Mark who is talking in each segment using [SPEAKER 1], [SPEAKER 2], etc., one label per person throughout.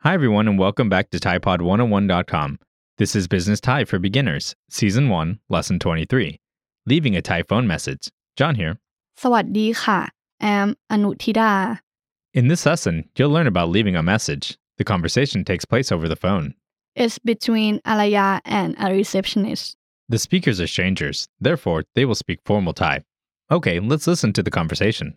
[SPEAKER 1] Hi, everyone, and welcome back to TiePod101.com. This is Business Tie for Beginners, Season 1, Lesson 23 Leaving a Thai Phone Message. John here.
[SPEAKER 2] สวัสดีค่ะ แอม อนุธิดา
[SPEAKER 1] In this lesson, you'll learn about leaving a message. The conversation takes place over the phone.
[SPEAKER 2] It's between Alaya and a receptionist.
[SPEAKER 1] The speakers are strangers, therefore, they will speak formal Thai. Okay, let's listen to the conversation.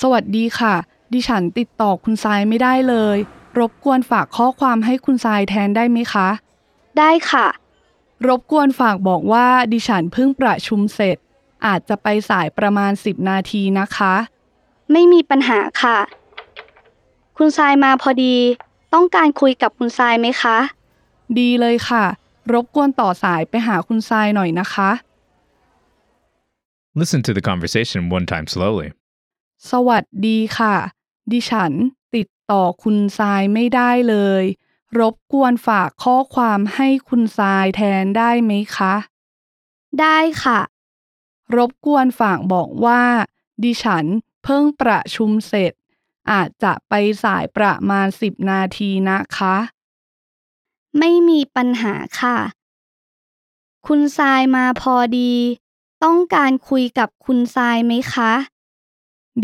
[SPEAKER 2] สวัสดีค่ะ ดิฉันติดต่อคุณทรายไม่ได้เลย รบกวนฝากข้อความให้คุณทรายแทนได้ไหมคะ
[SPEAKER 3] ได้ค่ะ
[SPEAKER 2] รบกวนฝากบอกว่าดิฉันเพิ่งประชุมเสร็จ อาจจะไปสายประมาณ 10 นาทีนะคะ
[SPEAKER 3] ไม่มีปัญหาค่ะ คุณทรายมาพอดี ต้องการคุยกับคุณทรายไหมคะ
[SPEAKER 2] ดีเลยค่ะ รบกวนต่อสายไปหาคุณทรายหน่อยนะคะ
[SPEAKER 1] Listen to the conversation one time slowly.
[SPEAKER 2] สวัสดีค่ะ ดิฉันติดต่อคุณทรายไม่ได้เลย รบกวนฝากข้อความให้คุณทรายแทนได้ไหมคะ
[SPEAKER 3] ได้ค่ะ
[SPEAKER 2] รบกวนฝากบอกว่า ดิฉันเพิ่งประชุมเสร็จ อาจจะไปสายประมาณ 10 นาทีนะคะ
[SPEAKER 3] ไม่มีปัญหาค่ะ คุณทรายมาพอดี ต้องการคุยกับคุณทรายไหมคะ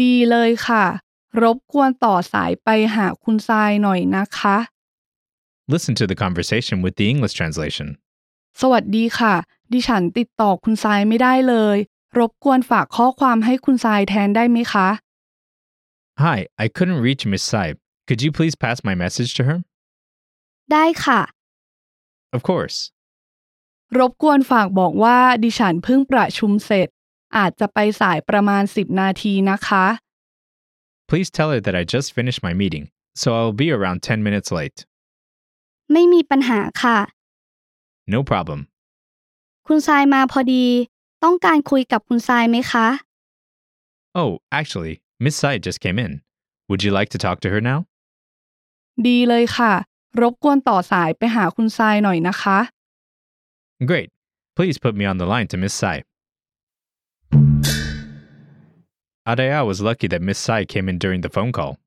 [SPEAKER 2] ดีเลยค่ะ รบกวนต่อสายไปหาคุณทรายหน่อยนะคะ
[SPEAKER 1] Listen to the conversation with the English translation.
[SPEAKER 2] สวัสดีค่ะ ดิฉันติดต่อคุณทรายไม่ได้เลย รบกวนฝากข้อความให้คุณทรายแทนได้ไหมคะ
[SPEAKER 1] Hi, I couldn't reach Miss Saib. Could you please pass my message to her?
[SPEAKER 3] ได้ค่ะ
[SPEAKER 1] Of course.
[SPEAKER 2] รบกวนฝากบอกว่าดิฉันเพิ่งประชุมเสร็จ อาจจะไปสายประมาณ 10 นาทีนะคะ
[SPEAKER 1] Please tell her that I just finished my meeting, so I'll be around 10 minutes late.
[SPEAKER 3] ไม่มีปัญหาค่ะ
[SPEAKER 1] No problem.
[SPEAKER 3] คุณทรายมาพอดี ต้องการคุยกับคุณทรายไหมคะ
[SPEAKER 1] Oh, actually, Miss Side just came in. Would you like to talk to her now?
[SPEAKER 2] ดีเลยค่ะ รบกวนต่อสายไปหาคุณทรายหน่อยนะคะ
[SPEAKER 1] Great. Please put me on the line to Miss Sai. Adaya was lucky that Miss Sai came in during the phone call.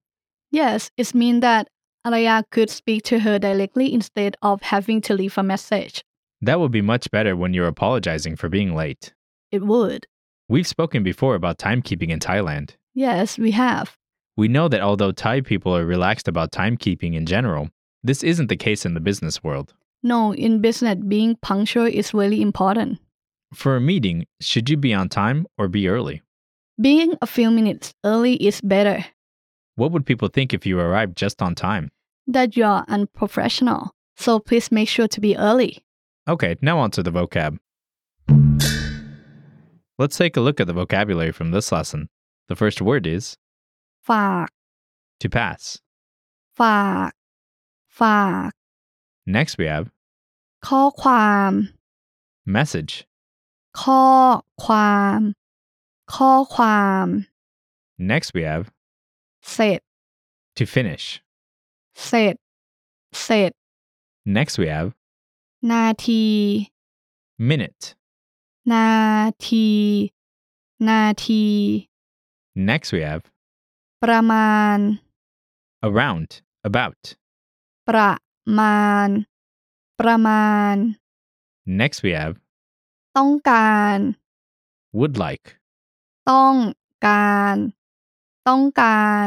[SPEAKER 2] Yes, it means that Alaya could speak to her directly instead of having to leave a message.
[SPEAKER 1] That would be much better when you're apologizing for being late.
[SPEAKER 2] It would.
[SPEAKER 1] We've spoken before about timekeeping in Thailand.
[SPEAKER 2] Yes, we have.
[SPEAKER 1] We know that although Thai people are relaxed about timekeeping in general, this isn't the case in the business world.
[SPEAKER 2] No, in business, being punctual is really important.
[SPEAKER 1] For a meeting, should you be on time or be early?
[SPEAKER 2] Being a few minutes early is better.
[SPEAKER 1] What would people think if you arrived just on time?
[SPEAKER 2] That you are unprofessional, so please make sure to be early.
[SPEAKER 1] Okay, now on to the vocab. Let's take a look at the vocabulary from this lesson. The first word is
[SPEAKER 2] ฝาก
[SPEAKER 1] to pass.
[SPEAKER 2] ฝาก ฝาก
[SPEAKER 1] Next, we have
[SPEAKER 2] ข้อความ
[SPEAKER 1] message.
[SPEAKER 2] ข้อความ ข้อความ
[SPEAKER 1] Next, we have
[SPEAKER 2] เสร็จ
[SPEAKER 1] to finish.
[SPEAKER 2] เสร็จ เสร็จ
[SPEAKER 1] Next, we have
[SPEAKER 2] นาที
[SPEAKER 1] minute.
[SPEAKER 2] นาที นาที
[SPEAKER 1] Next, we have
[SPEAKER 2] ประมาณ
[SPEAKER 1] around, about.
[SPEAKER 2] ประมาณ ประมาณ
[SPEAKER 1] Next, we have
[SPEAKER 2] ต้องการ
[SPEAKER 1] would like.
[SPEAKER 2] ต้องการ ต้องการ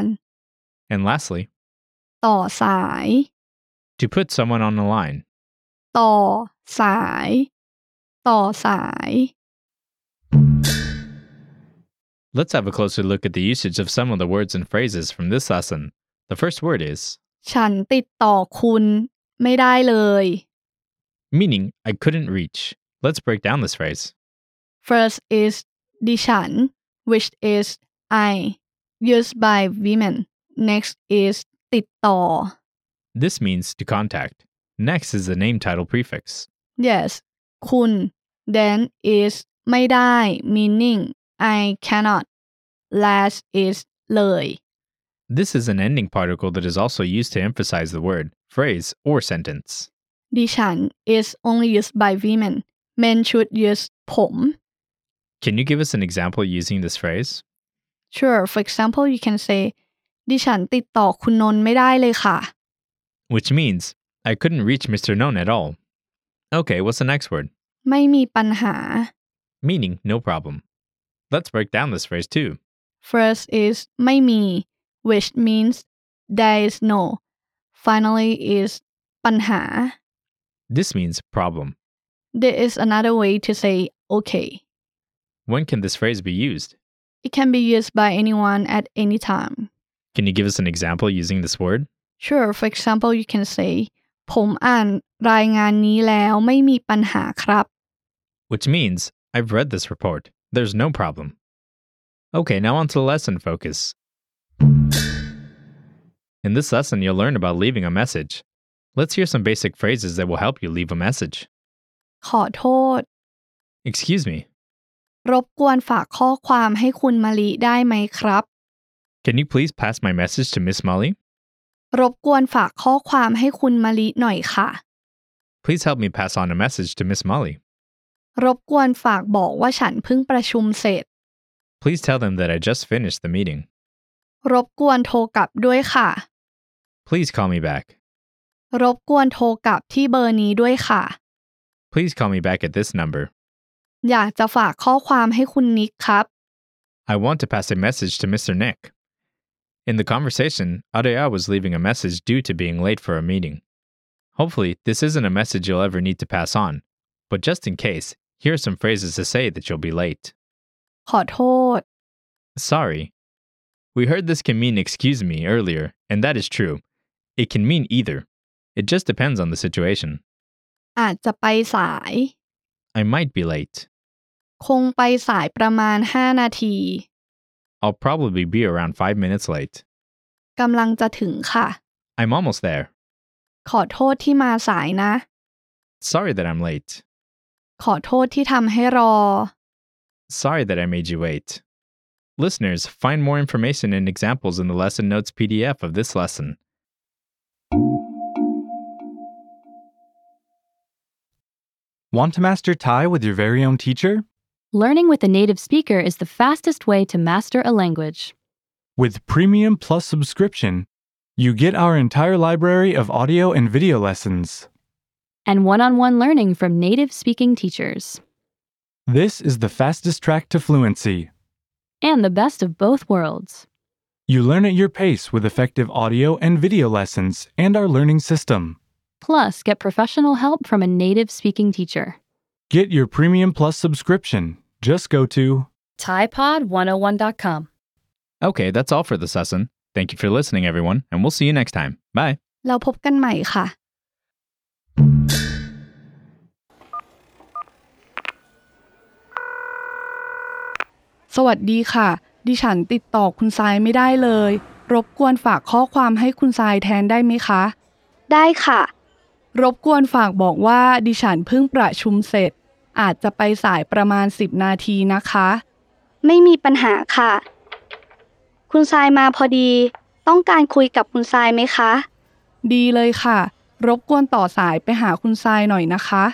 [SPEAKER 1] And lastly,
[SPEAKER 2] ต่อสาย
[SPEAKER 1] to put someone on the line.
[SPEAKER 2] ต่อสาย ต่อสาย
[SPEAKER 1] Let's have a closer look at the usage of some of the words and phrases from this lesson. The first word is
[SPEAKER 2] ฉันติดต่อคุณไม่ได้เลย
[SPEAKER 1] meaning I couldn't reach. Let's break down this phrase.
[SPEAKER 2] first is ดิฉัน which is I used by women next is ติดต่อ
[SPEAKER 1] This means to contact. Next is the name title prefix.
[SPEAKER 2] yes คุณ then is ไม่ได้ meaning I cannot last is เลย
[SPEAKER 1] This is an ending particle that is also used to emphasize the word, phrase, or sentence.
[SPEAKER 2] ดิฉัน is only used by women men should use ผม
[SPEAKER 1] Can you give us an example using this phrase?
[SPEAKER 2] sure for example you can say ดิฉันติดต่อคุณนนท์ไม่ได้เลยค่ะ
[SPEAKER 1] Which means, I couldn't reach Mr. Known at all. Okay, what's the next word?
[SPEAKER 2] ไม่มีปัญหา
[SPEAKER 1] Meaning, no problem. Let's break down this phrase too.
[SPEAKER 2] First is ไม่มี which means there is no finally is ปัญหา
[SPEAKER 1] This means problem.
[SPEAKER 2] there is another way to say okay
[SPEAKER 1] When can this phrase be used?
[SPEAKER 2] it can be used by anyone at any time
[SPEAKER 1] Can you give us an example using this word?
[SPEAKER 2] sure for example you can say ผมอ่านรายงานนี้แล้วไม่มีปัญหาครับ
[SPEAKER 1] Which means, I've read this report. There's no problem. Okay, now on to lesson focus. In this lesson, you'll learn about leaving a message. Let's hear some basic phrases that will help you leave a message.
[SPEAKER 2] ขอโทษ
[SPEAKER 1] Excuse me,
[SPEAKER 2] รบกวนฝากข้อความให้คุณมาลิได้ไหมครับ
[SPEAKER 1] can you please pass my message to Miss Molly?
[SPEAKER 2] รบกวนฝากข้อความให้คุณมาลิหน่อยค่ะ
[SPEAKER 1] Please help me pass on a message to Miss Molly.
[SPEAKER 2] รบกวนฝากบอกว่าฉันเพิ่งประชุมเสร็จ
[SPEAKER 1] Please tell them that I just finished the meeting.
[SPEAKER 2] รบกวนโทรกลับด้วยค่ะ
[SPEAKER 1] Please call me back.
[SPEAKER 2] รบกวนโทรกลับที่เบอร์นี้ด้วยค่ะ
[SPEAKER 1] Please call me back at this number.
[SPEAKER 2] อยากจะฝากข้อความให้คุณนิกครับ
[SPEAKER 1] I want to pass a message to Mr. Nick. In the conversation, Areya was leaving a message due to being late for a meeting. Hopefully, this isn't a message you'll ever need to pass on, but just in case, here are some phrases to say that you'll be late.
[SPEAKER 2] ขอโทษ
[SPEAKER 1] Sorry. We heard this can mean excuse me earlier, and that is true. It can mean either. It just depends on the situation.
[SPEAKER 2] อาจจะไปสาย
[SPEAKER 1] I might be late.
[SPEAKER 2] คงไปสายประมาณ 5 นาที
[SPEAKER 1] I'll probably be around five minutes late.
[SPEAKER 2] กำลังจะถึงค่ะ
[SPEAKER 1] I'm almost there.
[SPEAKER 2] ขอโทษที่มาสายนะ
[SPEAKER 1] Sorry that I'm late.
[SPEAKER 2] ขอโทษที่ทำให้รอ
[SPEAKER 1] Sorry that I made you wait. Listeners, find more information and examples in the lesson notes PDF of this lesson.
[SPEAKER 4] Want to master Thai with your very own teacher?
[SPEAKER 5] Learning with a native speaker is the fastest way to master a language.
[SPEAKER 4] With Premium Plus subscription, you get our entire library of audio and video lessons.
[SPEAKER 5] And one on one learning from native speaking teachers.
[SPEAKER 4] This is the fastest track to fluency.
[SPEAKER 5] And the best of both worlds.
[SPEAKER 4] You learn at your pace with effective audio and video lessons and our learning system.
[SPEAKER 5] Plus, get professional help from a native speaking teacher.
[SPEAKER 4] Get your Premium Plus subscription. Just go to
[SPEAKER 5] TaiPod101.com.
[SPEAKER 1] Okay, that's all for this lesson. Thank you for listening, everyone, and we'll see you next time. Bye.
[SPEAKER 2] เราพบกันใหม่ค่ะ สวัสดีค่ะ ดิฉันติดต่อคุณทรายไม่ได้เลย รบกวนฝากข้อความให้คุณทรายแทนได้ไหมคะ
[SPEAKER 3] ได้ค่ะ
[SPEAKER 2] รบกวนฝากบอกว่าดิฉันเพิ่งประชุมเสร็จ อาจจะไปสายประมาณ 10 นาทีนะคะ
[SPEAKER 3] ไม่มีปัญหาค่ะ คุณทรายมาพอดี ต้องการคุยกับคุณทรายไหมคะ
[SPEAKER 2] ดีเลยค่ะ รบกวนต่อสายไปหาคุณทรายหน่อยนะคะ